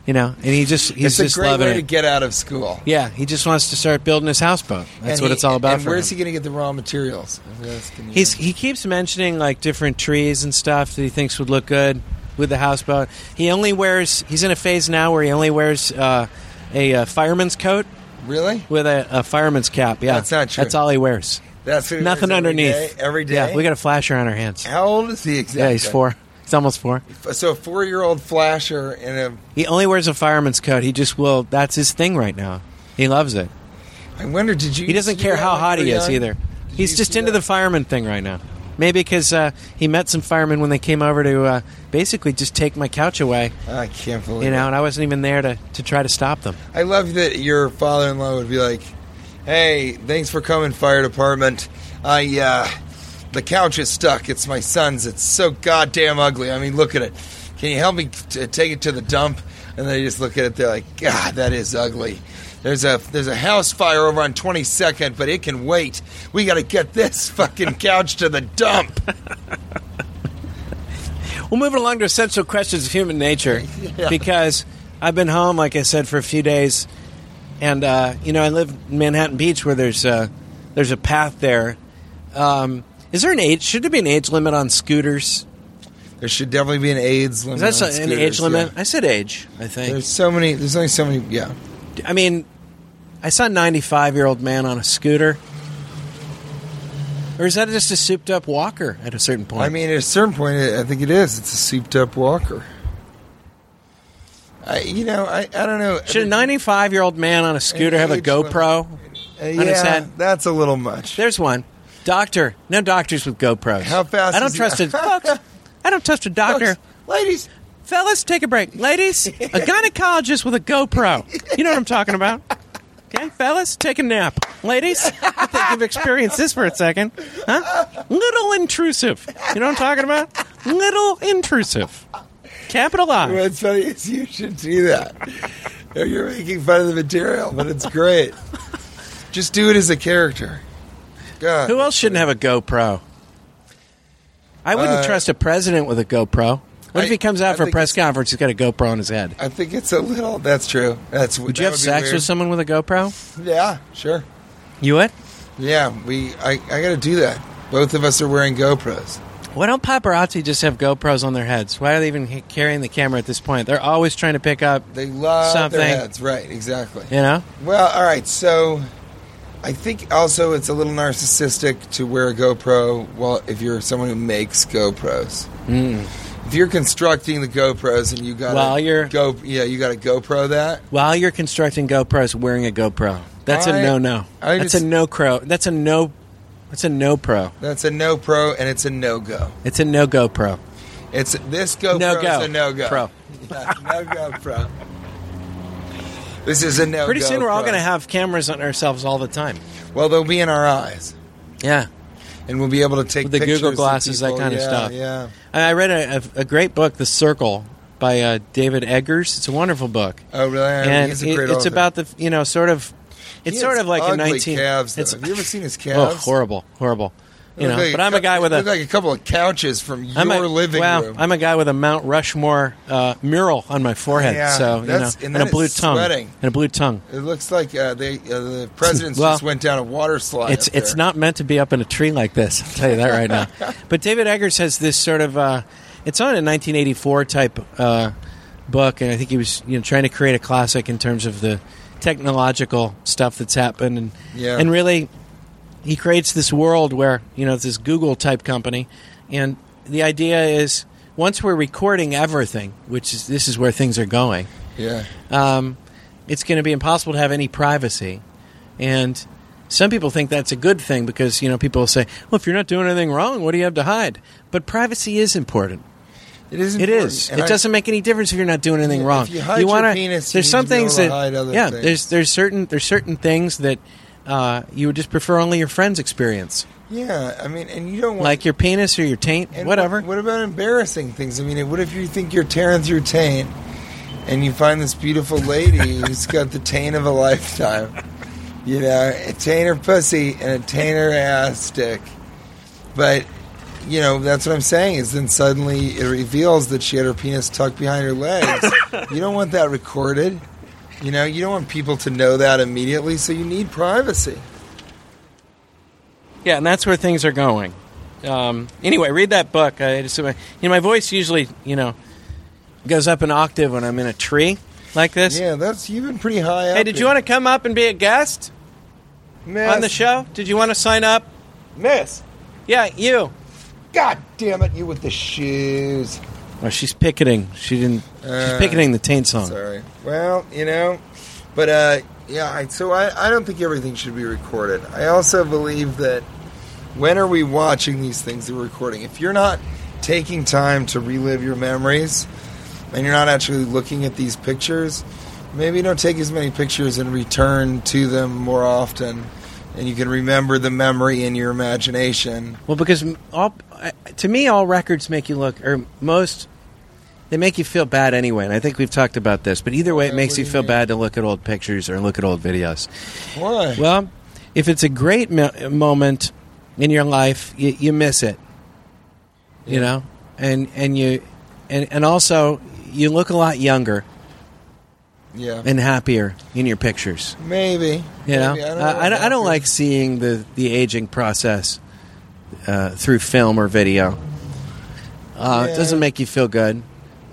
S4: You know, and he just he's
S2: It's a
S4: just
S2: great
S4: loving
S2: way to
S4: it.
S2: get out of school.
S4: yeah, he just wants to start building his houseboat. That's
S2: And
S4: what
S2: he-
S4: it's all about
S2: And
S4: for
S2: where's
S4: him.
S2: he going to get the raw materials? I'm asking you.
S4: He's he keeps mentioning like different trees and stuff that he thinks would look good with the houseboat. He only wears he's in a phase now where he only wears uh, a uh, fireman's coat
S2: really.
S4: with a, a fireman's cap. Yeah,
S2: That's not true.
S4: That's all he wears.
S2: That's what he
S4: Nothing
S2: wears every
S4: underneath.
S2: day- every day.
S4: Yeah, we got a flasher on our hands.
S2: How old is he exactly?
S4: Yeah, he's four. He's almost four.
S2: So a four-year-old flasher and a.
S4: He only wears a fireman's coat. He just will. That's his thing right now. He loves it.
S2: I wonder. Did you?
S4: He doesn't
S2: used to do
S4: care
S2: that
S4: how
S2: when you
S4: hot
S2: were
S4: he is
S2: young?
S4: either.
S2: Did you
S4: He's
S2: used
S4: just
S2: to do
S4: into
S2: that?
S4: the fireman thing right now. Maybe because uh, he met some firemen when they came over to uh, basically just take my couch away,
S2: I can't believe.
S4: you
S2: it.
S4: know, and I wasn't even there to, to try to stop them.
S2: I love that your father-in-law would be like, "Hey, thanks for coming, fire department. I, uh, the couch is stuck. It's my son's. It's so goddamn ugly. I mean, look at it. Can you help me t- take it to the dump? And they just look at it. They're like, God, that is ugly. There's a there's a house fire over on 22nd, but it can wait. We got to get this fucking couch to the dump.
S4: We're moving along to essential questions of human nature because I've been home, like I said, for a few days, and uh, you know I live in Manhattan Beach where there's a, there's a path there. Um, is there an age? Should there be an age limit on scooters?
S2: There should definitely be an AIDS limit.
S4: Is that
S2: on
S4: so- an
S2: scooters,
S4: age limit?
S2: yeah.
S4: I said age. I think.
S2: There's so many. There's only so many. Yeah.
S4: I mean, I saw a 95 year old man on a scooter. Or is that just a souped up walker at a certain point?
S2: I mean, at a certain point, I think it is. It's a souped up walker. I, you know, I, I don't know.
S4: should a 95 year old man on a scooter have a
S2: age limit.
S4: GoPro?
S2: Uh,
S4: on his
S2: yeah,
S4: head?
S2: that's a little much.
S4: There's one. Doctor. No doctors with GoPros.
S2: How fast
S4: I don't
S2: is-
S4: trust a folks, I don't trust a doctor.
S2: Folks, ladies,
S4: Fellas, take a break. Ladies, a gynecologist with a GoPro. You know what I'm talking about. Okay, fellas, take a nap. Ladies, I think you've experienced this for a second. Huh? Little intrusive. You know what I'm talking about? Little intrusive. Capital I.
S2: what's funny is you should do that. You're making fun of the material, but it's great. Just do it as a character. God.
S4: Who else shouldn't have a GoPro? I wouldn't
S2: Uh,
S4: trust a president with a GoPro. What if
S2: I-
S4: he comes out
S2: I
S4: for a
S2: think
S4: press
S2: it's-
S4: conference? He's got a GoPro on his head.
S2: I think it's a little. That's true. That's.
S4: Would you have sex with someone with a GoPro?
S2: someone? Yeah, sure.
S4: You would?
S2: Yeah, we. I. I got to do that. Both of us are wearing GoPros.
S4: Why don't paparazzi just have GoPros on their heads? Why are they even h- carrying the camera at this point? They're always trying to pick up,
S2: They love their
S4: Something.
S2: heads. Right. Exactly.
S4: you know?
S2: Well, all right. So, I think also it's a little narcissistic to wear a GoPro. Well, if you're someone who makes GoPros, if you're constructing the GoPros and you got
S4: Hmm. While you're-
S2: go, yeah, you got to GoPro that.
S4: While you're constructing GoPros, wearing a GoPro. That's a
S2: I-
S4: no no.
S2: I
S4: That's
S2: just-
S4: a no pro. That's a no. That's a no pro.
S2: That's a no pro and it's a no go.
S4: It's a no GoPro.
S2: It's this GoPro
S4: No go.
S2: is a no go.
S4: Pro.
S2: Yeah, no go pro. This is a no.
S4: Pretty soon we're all
S2: GoPro.
S4: going to have cameras on ourselves all the time.
S2: Well, they'll be in our eyes,
S4: Yeah.
S2: and we'll be able to take
S4: With the Google
S2: pictures of
S4: glasses, that
S2: people.
S4: kind of
S2: Yeah,
S4: stuff.
S2: Yeah.
S4: I I read a, a, a great book, The Circle, by uh, David Eggers. It's a wonderful book.
S2: Oh, really?
S4: and
S2: He's
S4: it-
S2: a great
S4: it's
S2: author.
S4: about the you know sort of it's
S2: He
S4: sort
S2: has
S4: of like a
S2: ugly
S4: 19
S2: calves, though.
S4: it's
S2: Have you ever seen his
S4: oh
S2: calves?
S4: horrible horrible you know
S2: Look like
S4: but i'm a
S2: cou-
S4: guy with a
S2: look like a couple of couches from your
S4: I'm a,
S2: living
S4: wow,
S2: room.
S4: I'm a guy with a Mount Rushmore uh, mural on my forehead.
S2: Yeah,
S4: so you know,
S2: that's- and
S4: and,
S2: then
S4: a blue
S2: it's
S4: tongue,
S2: sweating.
S4: and a blue tongue.
S2: it looks like uh, they, uh, the presidents
S4: Well,
S2: just went down a water slide.
S4: It's
S2: up there.
S4: it's not meant to be up in a tree like this. I'll tell you that right now. But David Eggers has this sort of uh, it's on a 1984 type uh, book, and I think he was you know trying to create a classic in terms of the technological stuff that's happened, and
S2: Yeah.
S4: and really he creates this world where you know it's this Google type company, and the idea is once we're recording everything, which is this is where things are going
S2: Yeah.
S4: um, it's going to be impossible to have any privacy. And some people think that's a good thing because you know people will say, "Well, if you're not doing anything wrong, what do you have to hide?" But privacy is important.
S2: It is.
S4: It
S2: important.
S4: is.
S2: And
S4: it
S2: I-
S4: doesn't make any difference if you're not doing anything
S2: Yeah,
S4: wrong.
S2: if you hide your penis, you
S4: there's
S2: need
S4: some
S2: to be able
S4: things
S2: to
S4: that
S2: hide other
S4: yeah.
S2: things.
S4: There's there's certain there's certain things that uh, you would just prefer only your friends experience,
S2: Yeah. I mean, and you don't want
S4: like your penis or your taint,
S2: And
S4: whatever.
S2: What, what about embarrassing things? I mean, what if you think you're tearing through taint and you find this beautiful lady who's got the taint of a lifetime? You know, a taint her pussy and a taint her ass stick. But, you know, that's what I'm saying is then suddenly it reveals that she had her penis tucked behind her legs. you don't want that recorded. You know, you don't want people to know that immediately, so you need privacy.
S4: Yeah, and that's where things are going. Um, anyway, read that book. I just, you know, my voice usually, you know, goes up an octave when I'm in a tree like this.
S2: Yeah, that's you've been pretty high up.
S4: Hey, did you want to come up and be a guest
S2: miss,
S4: on the show? Did you want to sign up?
S2: miss?
S4: Yeah, you.
S2: God damn it, you with the shoes.
S4: Well, she's picketing. She didn't.
S2: Uh,
S4: she's picketing the taint song.
S2: Sorry. Well, you know, but uh, yeah. I, so I, I don't think everything should be recorded. I also believe that when are we watching these things that we're recording? If you're not taking time to relive your memories, and you're not actually looking at these pictures, maybe don't take as many pictures and return to them more often. and you can remember the memory in your imagination.
S4: Well, because m- all I- to me, all records make you look, or most, they make you feel bad anyway. And I think we've talked about this, but either way, it
S2: Uh,
S4: makes
S2: what do
S4: you
S2: you
S4: feel
S2: mean?
S4: bad to look at old pictures or look at old videos.
S2: Why?
S4: Well, if it's a great mo- moment in your life, you, you miss it. You know, and and you, and and also you look a lot younger
S2: yeah,
S4: and happier in your pictures.
S2: maybe.
S4: You know,
S2: Maybe.
S4: Uh, I, don't- I
S2: know.
S4: don't like seeing the the aging process uh, through film or video. Uh, It
S2: Yeah.
S4: doesn't make you feel good.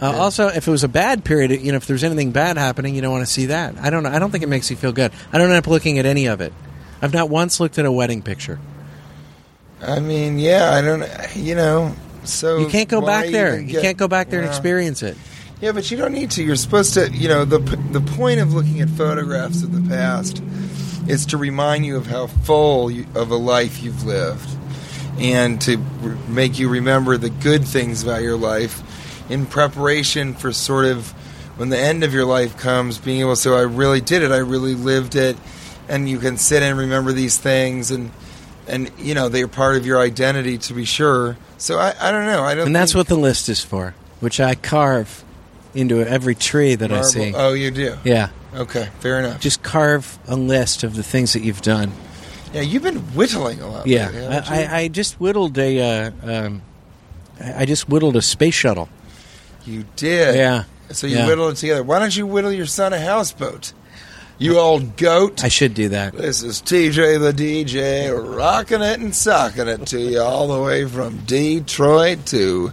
S4: Uh, Also, if it was a bad period, you know, if there's anything bad happening, you don't want to see that. I don't know. I don't think it makes you feel good. I don't end up looking at any of it. I've not once looked at a wedding picture.
S2: I mean, yeah, I don't. You know, so
S4: You can't go
S2: why
S4: back there.
S2: even
S4: You
S2: get-
S4: can't go back there and
S2: Yeah.
S4: experience it.
S2: Yeah, but you don't need to. You're supposed to. You know, the p- the point of looking at photographs of the past is to remind you of how full you, of a life you've lived, and to r make you remember the good things about your life, in preparation for sort of when the end of your life comes, being able to say, "I really did it. I really lived it," and you can sit and remember these things and. And you know they are part of your identity, to be sure. So I, I don't know. I don't.
S4: And that's
S2: think
S4: what the list is for, which I carve into every tree that I
S2: marble-
S4: see.
S2: Oh, you do.
S4: Yeah.
S2: Okay, fair enough.
S4: Just carve a list of the things that you've done.
S2: Yeah, you've been whittling a lot.
S4: Yeah,
S2: lately, haven't
S4: I,
S2: you?
S4: I, I just whittled a, uh, um, I I just whittled a space shuttle.
S2: you did.
S4: Yeah,
S2: So you
S4: yeah.
S2: whittle it together. Why don't you whittle your son a houseboat? You old goat.
S4: I should do that.
S2: this is TJ the DJ, rocking it and socking it to you all the way from Detroit to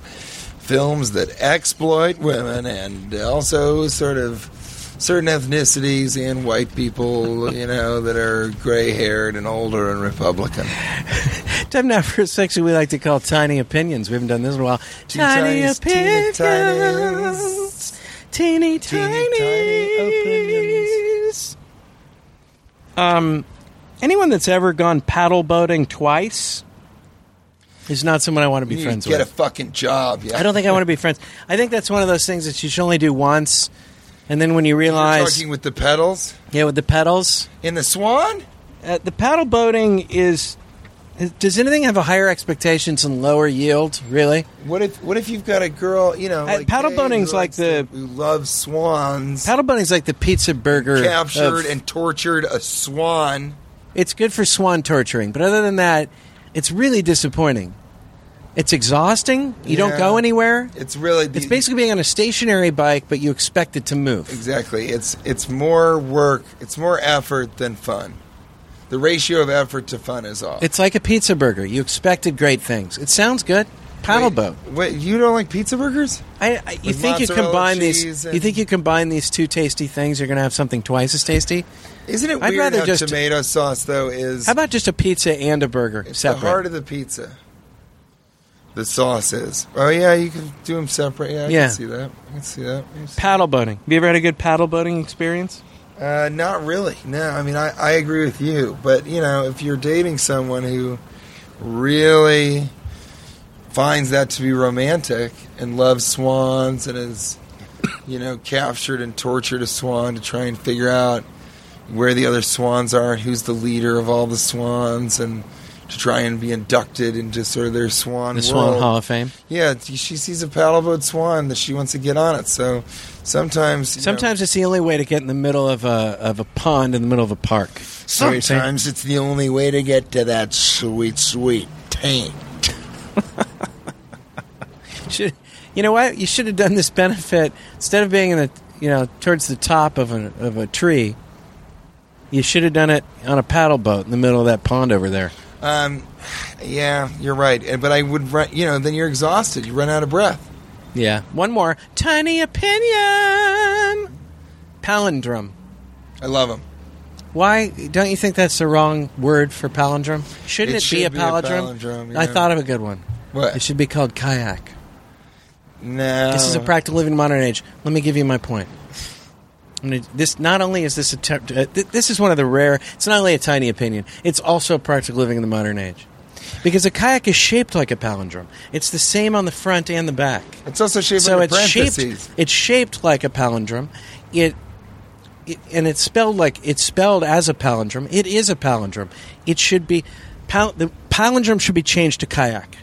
S2: films that exploit women and also sort of certain ethnicities and white people, you know, that are gray haired and older and Republican.
S4: Time now for a section we like to call tiny opinions. We haven't done this in a while.
S2: Two tinies, teeny tinies. Teeny
S4: teeny
S2: tiny opinions.
S4: Um, anyone that's ever gone paddle boating twice is not someone I want to be
S2: You need
S4: friends
S2: to get
S4: with.
S2: a fucking job. Yeah.
S4: I don't think I want to be friends. I think that's one of those things that you should only do once, and then when you
S2: You're
S4: realize,
S2: talking with the pedals
S4: yeah, with the pedals,
S2: in the Swan.
S4: uh, the paddle boating is. is- Does anything have a higher expectations and lower yield? Really,
S2: What if what if you've got a girl? You know,
S4: Uh,
S2: like
S4: paddle
S2: Kay,
S4: boating's
S2: who likes
S4: like the-
S2: to- who loves swans.
S4: paddle boating's like the pizza burger.
S2: captured
S4: of-
S2: and tortured a swan.
S4: it's good for swan torturing, but other than that, it's really disappointing. It's exhausting.
S2: Yeah.
S4: You don't go anywhere.
S2: It's really the,
S4: It's basically being on a stationary bike, but you expect it to move.
S2: exactly. It's it's more work. It's more effort than fun. The ratio of effort to fun is off.
S4: It's like a pizza burger. You expected great things. It sounds good. Paddle
S2: Wait,
S4: boat.
S2: Wait, you don't like pizza burgers?
S4: I, I, you
S2: With
S4: think you
S2: mozzarella
S4: combine
S2: cheese
S4: these?
S2: and-
S4: You think you combine these two tasty things? You're going to have something twice as tasty.
S2: Isn't it
S4: I'd
S2: weird
S4: rather
S2: how
S4: just-
S2: tomato sauce though is
S4: How about just a pizza and a burger
S2: it's
S4: separate?
S2: the heart of the pizza. The sauce is. Oh yeah, you can do them separate. Yeah, I
S4: Yeah.
S2: can see that. I can see that. I can see
S4: paddle boating. Have you ever had a good paddle boating experience?
S2: Uh, not really. No, I mean, I, I agree with you. But, you know, if you're dating someone who really finds that to be romantic and loves swans and is, you know, captured and tortured a swan to try and figure out where the other swans are and who's the leader of all the swans and to try and be inducted into sort of their swan
S4: The Swan
S2: world.
S4: Hall of Fame.
S2: Yeah, she sees a paddle boat swan that she wants to get on it. So sometimes. you know-
S4: Sometimes it's the only way to get in the middle of a of a pond in the middle of a park. Is that what you're saying?
S2: Sometimes it's the only way to get to that sweet, sweet taint.
S4: Should, you know what? You should have done this benefit instead of being in the you know towards the top of a of a tree. You should have done it on a paddle boat in the middle of that pond over there.
S2: Um, yeah, you're right. And- But I would, run, you know, then you're exhausted. You run out of breath.
S4: Yeah. One more tiny opinion. Palindrome.
S2: I love them.
S4: Why don't you think that's the wrong word for palindrome? Shouldn't
S2: It
S4: it,
S2: should
S4: be a
S2: be a
S4: palindrome?
S2: palindrome,
S4: I
S2: yeah.
S4: thought of a good one.
S2: What?
S4: It should be called kayak.
S2: no.
S4: This is a practical living in modern age. Let me give you my point. I'm gonna- This not only is this a ter- uh, th- this is one of the rare. It's not only a tiny opinion. It's also practical living in the modern age, because a kayak is shaped like a palindrome. It's the same on the front and the back.
S2: It's also shaped
S4: so
S2: like a
S4: it's shaped.
S2: parentheses.
S4: It's shaped like a palindrome. It it- and it's spelled like it's spelled as a palindrome. It is a palindrome. It should be pal, the palindrome should be changed to kayak.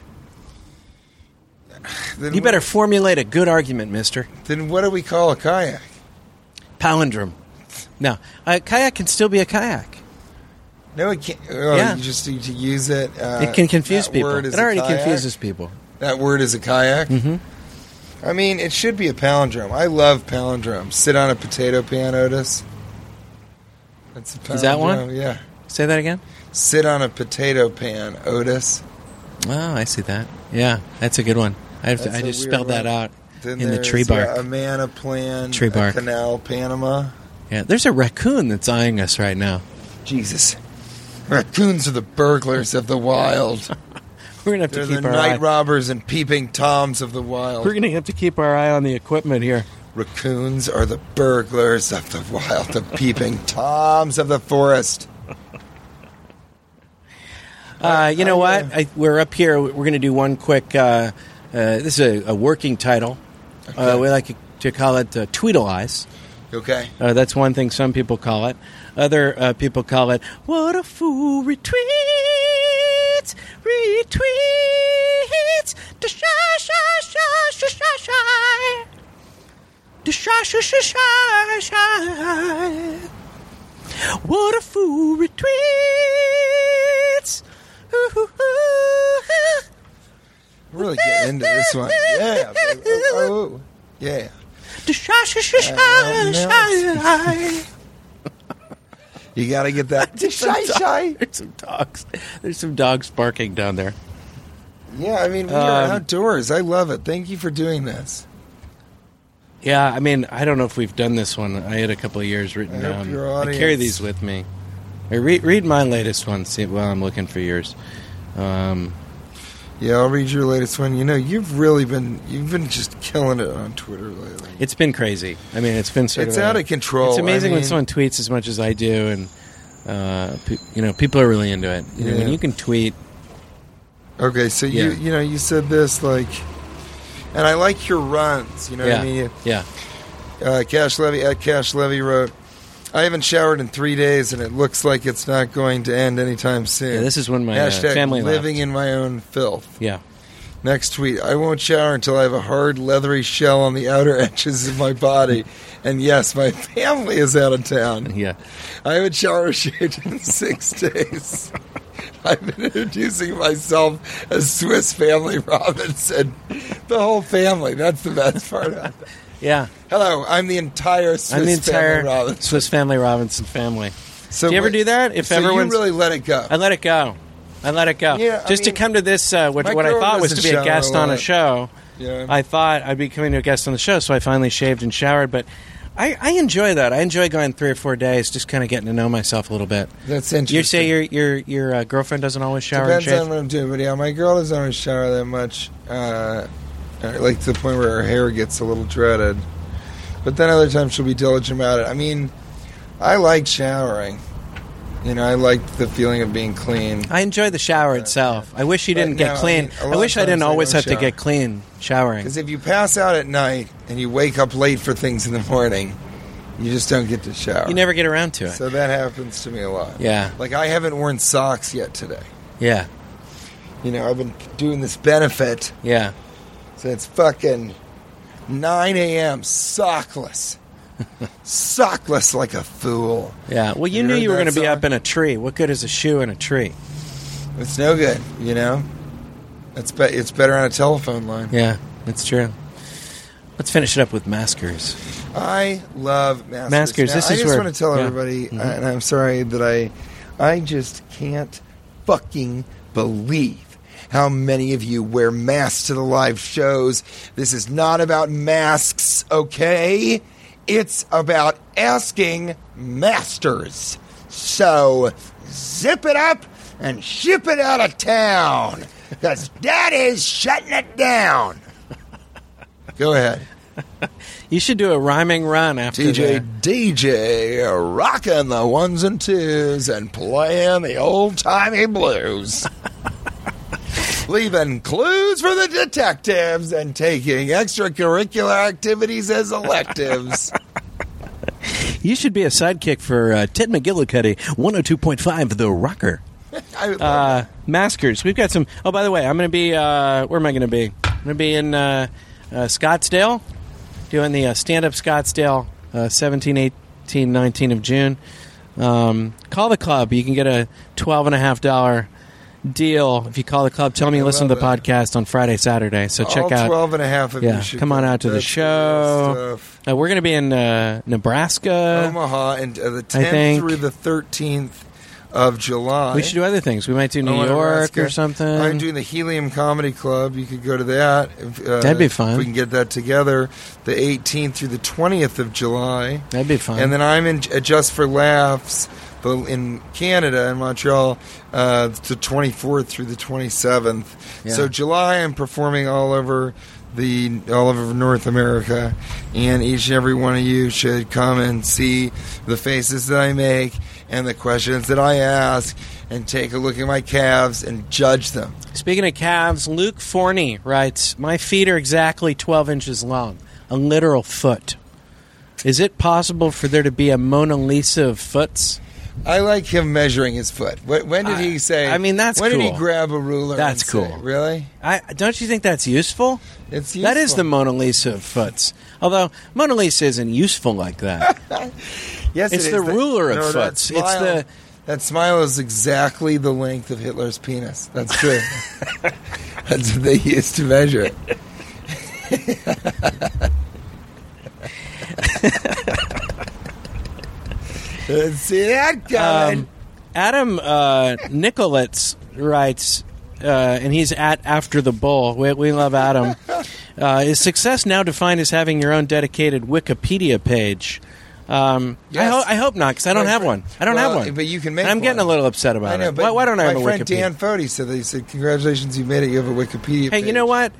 S2: Then
S4: You
S2: Mm-hmm.
S4: better formulate a good argument, Mister
S2: What, then what do we call a kayak?
S4: Palindrome. No, a kayak can still be a kayak.
S2: No, it can't. Oh,
S4: Yeah.
S2: You just need to use it. Uh,
S4: It can confuse
S2: that
S4: people.
S2: word is
S4: It
S2: a
S4: already
S2: kayak.
S4: confuses people.
S2: That word is a kayak. Mm-hmm. I mean, it should be a palindrome. I love palindromes. Sit on a potato pan, Otis. That's a palindrome.
S4: Is that one?
S2: Yeah.
S4: Say that again.
S2: Sit on a potato pan, Otis.
S4: Oh, I see that. Yeah, that's a good one. I, have to,
S2: That's
S4: I
S2: a
S4: just
S2: weird
S4: spelled that
S2: one.
S4: out
S2: Then
S4: in the
S2: there's,
S4: tree bark.
S2: yeah, a man, a plan,
S4: Tree
S2: a
S4: bark.
S2: canal, Panama.
S4: yeah, there's a raccoon that's eyeing us right now.
S2: Jesus. Raccoons are the burglars of the wild.
S4: We're gonna have
S2: They're
S4: to
S2: the
S4: keep our
S2: night
S4: eye.
S2: robbers and peeping toms of the wild.
S4: We're gonna have to keep our eye on the equipment here.
S2: Raccoons are the burglars of the wild, the peeping toms of the forest.
S4: Uh, you know
S2: I, uh,
S4: what? I, we're up here. We're going to do one quick. Uh, uh, this is a, a working title. Uh, we like to call it uh, Tweedle Eyes.
S2: Okay.
S4: Uh, that's one thing some people call it. Other uh, people call it "What a fool retweets, retweets." Da shy, shy, shy, shy, shy, shy. Da shy, shy, shy, shy, shy. What a fool retweets. Ooh, ooh, ooh.
S2: We're really getting into this one. Yeah. baby. Oh, oh, yeah.
S4: Da shy, shy, shy,
S2: Uh,
S4: shy,
S2: now
S4: shy.
S2: You got to get that. shy, shy.
S4: There's some dogs. There's some dogs barking down there.
S2: Yeah, I mean, we are
S4: Um,
S2: outdoors. I love it. Thank you for doing this.
S4: Yeah, I mean, I don't know if we've done this one. I had a couple of years written
S2: I hope
S4: down.
S2: your
S4: I carry
S2: audience-
S4: these with me. I read read my latest one. See, while I'm looking for yours. Um,
S2: Yeah, I'll read your latest one. You know, you've really been you've been just killing it on Twitter lately.
S4: it's been crazy. I mean, it's been sort
S2: It's
S4: of a-
S2: out of control.
S4: It's amazing
S2: I
S4: when
S2: mean-
S4: someone tweets as much as I do, and uh, pe- you know, people are really into it. You know,
S2: Yeah.
S4: when you can tweet,
S2: Okay, so
S4: Yeah.
S2: you you know you said this like, and I like your runs. You know
S4: yeah,
S2: what I mean?
S4: yeah,
S2: Uh, Cash Levy at Cash Levy wrote, "I haven't showered in three days, and it looks like it's not going to end anytime soon."
S4: Yeah, this is when my, uh,
S2: Hashtag
S4: family
S2: living
S4: left.
S2: in my own filth.
S4: yeah.
S2: Next tweet: I won't shower until I have a hard, leathery shell on the outer edges of my body, and yes, my family is out of town.
S4: yeah.
S2: I haven't showered shaved in six days. I've been introducing myself as Swiss Family Robinson. The whole family. That's the best part of it.
S4: Yeah,
S2: Hello, I'm the entire Swiss
S4: I'm the entire
S2: Family Robinson.
S4: Swiss Family Robinson family.
S2: So
S4: do you ever
S2: wait-
S4: do that? If
S2: so
S4: everyone's-
S2: you really let it go.
S4: I let it go. I let it go.
S2: Yeah, I
S4: Just
S2: mean,
S4: to come to this, uh, what,
S2: my
S4: what I
S2: girl
S4: thought was to
S2: doesn't
S4: be a
S2: shower
S4: guest
S2: a
S4: on a
S2: lot.
S4: show.
S2: uh, Yeah.
S4: I thought I'd be coming to a guest on the show, so I finally shaved and showered. But I, I enjoy that. I enjoy going three or four days, just kind of getting to know myself a little bit.
S2: That's interesting.
S4: You say your your your uh, girlfriend doesn't always shower
S2: Depends
S4: and
S2: on
S4: shave.
S2: what I'm doing, but yeah, my girl doesn't always shower that much. Uh, uh, like to the point where her hair gets a little dreaded. But then other times she'll be diligent about it. I mean, I like showering. You know, I like the feeling of being clean.
S4: I enjoy the shower itself. I wish you
S2: But
S4: didn't
S2: no,
S4: get
S2: I
S4: clean.
S2: mean, a
S4: I,
S2: lot of
S4: wish I didn't
S2: times I
S4: always
S2: don't
S4: have to
S2: shower.
S4: get clean showering.
S2: Because if you pass out at night and you wake up late for things in the morning, you just don't get to shower.
S4: You never get around to it.
S2: So that happens to me a lot.
S4: Yeah.
S2: Like I haven't worn socks yet today.
S4: yeah,
S2: You know, I've been doing this benefit
S4: yeah.
S2: since fucking 9 a.m. sockless. sockless like a fool.
S4: Yeah. Well, you,
S2: You
S4: knew
S2: heard
S4: you were
S2: that
S4: going to be
S2: song?
S4: up in a tree. What good is a shoe in a tree?
S2: It's no good, you know? It's, be- it's better on a telephone line.
S4: Yeah, that's true. Let's finish it up with maskers.
S2: I love maskers.
S4: Maskers,
S2: Now,
S4: this
S2: I
S4: is
S2: just
S4: where-
S2: want to tell
S4: yeah. Mm-hmm.
S2: everybody, I- and I'm sorry that I, I just can't fucking believe how many of you wear masks to the live shows. This is not about masks, okay? It's about asking masters. So zip it up and ship it out of town, because that is shutting it down. Go ahead.
S4: You should do a rhyming run after
S2: DJ
S4: that.
S2: DJ rocking the ones and twos and playing the old timey blues. Leaving clues for the detectives and taking extracurricular activities as electives.
S4: You should be a sidekick for uh, Ted McGillicuddy, 102.5 The Rocker.
S2: I would love
S4: Uh, maskers. We've got some. Oh, by the way, I'm going to be. Uh, where am I going to be? I'm going to be in uh, uh, Scottsdale, doing the uh, stand up Scottsdale, uh, 17, 18, 19 of June. Um, call the club. You can get a twelve and a half dollar deal if you call the club. Tell me you listen to the
S2: love it.
S4: podcast on Friday, Saturday. So check
S2: all
S4: out.
S2: 12 and a half of you
S4: yeah,
S2: should
S4: come on
S2: go.
S4: out to the
S2: That's
S4: show.
S2: good stuff.
S4: Uh, we're going to be in uh, Nebraska.
S2: Omaha and uh, the 10th
S4: think-
S2: through the 13th of July.
S4: we should do other things. We might do New
S2: Omaha,
S4: York
S2: Oh, Nebraska.
S4: or something.
S2: I'm doing the Helium Comedy Club. You could go to that. If, uh,
S4: That'd be fun.
S2: If we can get that together. The 18th through the 20th of July.
S4: That'd be fun.
S2: And then I'm in at Just for Laughs the- in Canada, in Montreal, uh, the 24th through the 27th. So July, I'm performing all over the all over North America, and each and every one of you should come and see the faces that I make and the questions that I ask, and take a look at my calves and judge them.
S4: Speaking of calves, Luke Forney writes, My feet are exactly 12 inches long, a literal foot. Is it possible for there to be a Mona Lisa of foots?
S2: I like him measuring his foot. Wh- When did he say?
S4: I mean, that's
S2: when did he
S4: cool.
S2: grab a ruler?
S4: That's
S2: and say,
S4: cool.
S2: really,
S4: I, don't you think that's useful?
S2: it's
S4: That is
S2: useful.
S4: the Mona Lisa of foots. Although, Mona Lisa isn't useful like that.
S2: Yes,
S4: It's
S2: it is.
S4: the ruler
S2: that
S4: of foots. It's
S2: smile-
S4: the-
S2: that smile is exactly the length of Hitler's penis. That's true. That's what they used to measure it. Let's see that coming.
S4: Um, Adam uh, Nicolitz writes, uh, and he's at After the Bull. We, we love Adam. Uh, is success now defined as having your own dedicated Wikipedia page? Um, I,
S2: Yes.
S4: ho- I hope not, because I don't
S2: My
S4: have
S2: fri-
S4: one. I don't
S2: Well,
S4: have one.
S2: but you can make
S4: And I'm getting a
S2: one.
S4: little upset about
S2: I know,
S4: it.
S2: but
S4: Why, why don't I have a
S2: my friend
S4: Wikipedia?
S2: Dan Fody said that he said, "Congratulations, you made it. You have a Wikipedia."
S4: hey, you know what?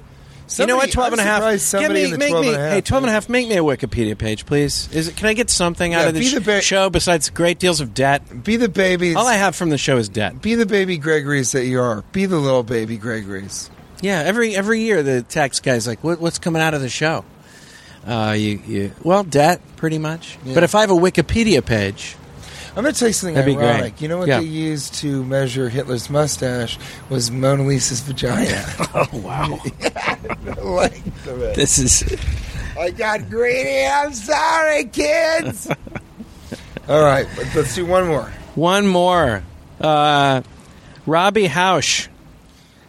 S4: you know what? 12 and a half. Give me, make me, hey, 12 and a half, make me a Wikipedia page, please. Is it, can I get something out
S2: Yeah,
S4: of
S2: be
S4: this
S2: the ba-
S4: sh- show besides great deals of debt?
S2: Be the baby.
S4: All I have from the show is debt.
S2: be the baby Gregory's that you are. Be the little baby Gregory's.
S4: Yeah, every every year the tax guy's like, what, "What's coming out of the show?" Uh, you, you well, debt pretty much.
S2: Yeah.
S4: But if I have a Wikipedia page,
S2: I'm going to tell you something
S4: That'd be
S2: ironic.
S4: great.
S2: You know what
S4: Yeah.
S2: they used to measure Hitler's mustache was Mona Lisa's vagina.
S4: oh wow,
S2: The length of it.
S4: this is
S2: I got greedy. I'm sorry, kids. All right, but let's do one more.
S4: one more. Uh, Robbie Hausch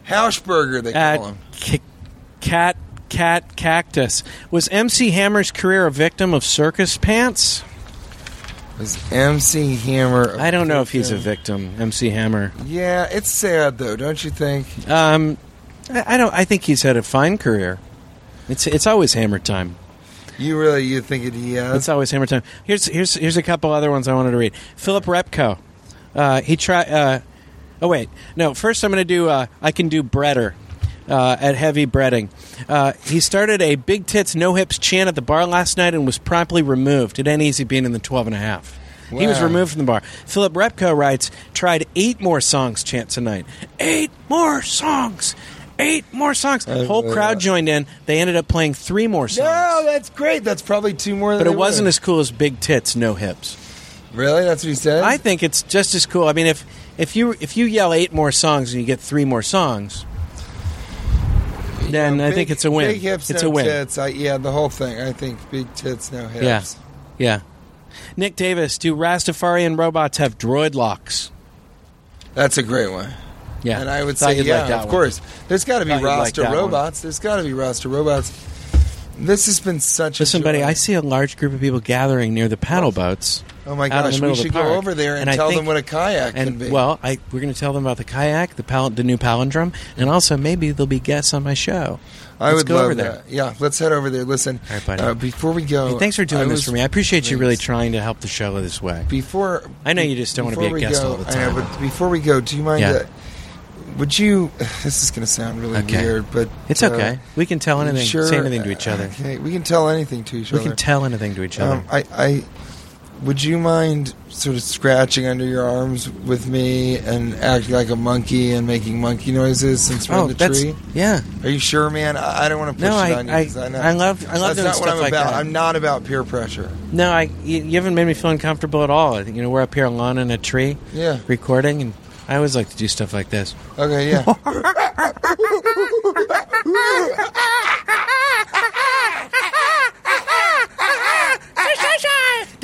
S2: Hauschberger, they
S4: at
S2: call him.
S4: C- Cat Cat Cactus was MC Hammer's career a victim of circus pants?
S2: Was MC Hammer.
S4: I don't know if he's a victim, MC Hammer.
S2: Yeah, it's sad though, don't you think?
S4: Um, I, I don't. I think he's had a fine career. It's it's always Hammer time.
S2: You really you think it he has?
S4: It's always hammer time. Here's here's here's a couple other ones I wanted to read. Philip Repko. Uh, he tried. Uh, oh wait, no. First, I'm going to do. Uh, I can do breader. Uh, at heavy breading, uh, he started a big tits no hips chant at the bar last night and was promptly removed. It ain't easy being in the 12 and a half. He was
S2: Wow.
S4: removed from the bar. Philip Repko writes, tried eight more songs chant tonight. Eight more songs. Eight more songs. The whole
S2: love
S4: crowd
S2: that.
S4: joined in. They ended up playing three more songs.
S2: Uh, no, that's great. That's probably two more.
S4: But
S2: than
S4: it wasn't
S2: as
S4: as cool as Big Tits, No Hips.
S2: really. That's what he said.
S4: I think it's just as cool. I mean, if if you if you yell eight more songs and you get three more songs, then I
S2: Big-
S4: think it's a win.
S2: Big hips, uh,
S4: it's
S2: no
S4: a win.
S2: Tits. I, yeah, the whole thing. I think big tits, no hips.
S4: Yeah, yeah. Nick Davis, do Rastafarian robots have droid locks?
S2: That's a great one.
S4: Yeah,
S2: And I would
S4: Thought
S2: say,
S4: you'd
S2: yeah,
S4: like that
S2: of
S4: one.
S2: course. There's got to be
S4: Thought you'd like
S2: roster
S4: that one.
S2: robots. There's got to be roster robots. This has been such
S4: Listen,
S2: a
S4: buddy,
S2: joy.
S4: I see a large group of people gathering near the paddle boats.
S2: Oh my
S4: out in the
S2: gosh,
S4: middle
S2: we
S4: of the
S2: should go
S4: park.
S2: over there and,
S4: I
S2: tell
S4: think-
S2: them what a kayak
S4: and
S2: can be.
S4: well, I, we're going to tell them about the kayak, the pal- the new palindrome, and also maybe there'll be guests on my show.
S2: I
S4: Let's
S2: would
S4: go
S2: love
S4: over there.
S2: that. Yeah, let's head over there. Listen,
S4: All right, buddy.
S2: Uh, before we go,
S4: Hey, thanks for doing
S2: I
S4: this
S2: was-
S4: for me. I appreciate you really
S2: Thanks.
S4: trying to help the show this way.
S2: Before
S4: I know you just don't wanna be
S2: before we
S4: a guest
S2: go,
S4: all the
S2: I know,
S4: time.
S2: but before we go, do you mind?
S4: Yeah.
S2: that- would you? This is going to sound really
S4: Okay.
S2: weird, but
S4: It's
S2: uh,
S4: okay. We can tell anything,
S2: sure- uh,
S4: say anything to each other.
S2: Okay, we can tell anything to each
S4: We
S2: other.
S4: can tell anything to each other.
S2: Um, I, I would you mind sort of scratching under your arms with me and acting like a monkey and making monkey noises since we're
S4: oh,
S2: in the
S4: that's
S2: tree?
S4: yeah.
S2: Are you sure, man? I, I don't want to push
S4: No,
S2: it
S4: I
S2: on you.
S4: I,
S2: 'cause know-
S4: I love I
S2: that's
S4: love doing
S2: not
S4: stuff
S2: what I'm
S4: like
S2: about.
S4: that.
S2: I'm not about peer pressure.
S4: No, I you, you haven't made me feel uncomfortable at all. I think you know we're up here alone in a tree,
S2: Yeah.
S4: recording, and I always like to do stuff like this.
S2: Okay, yeah.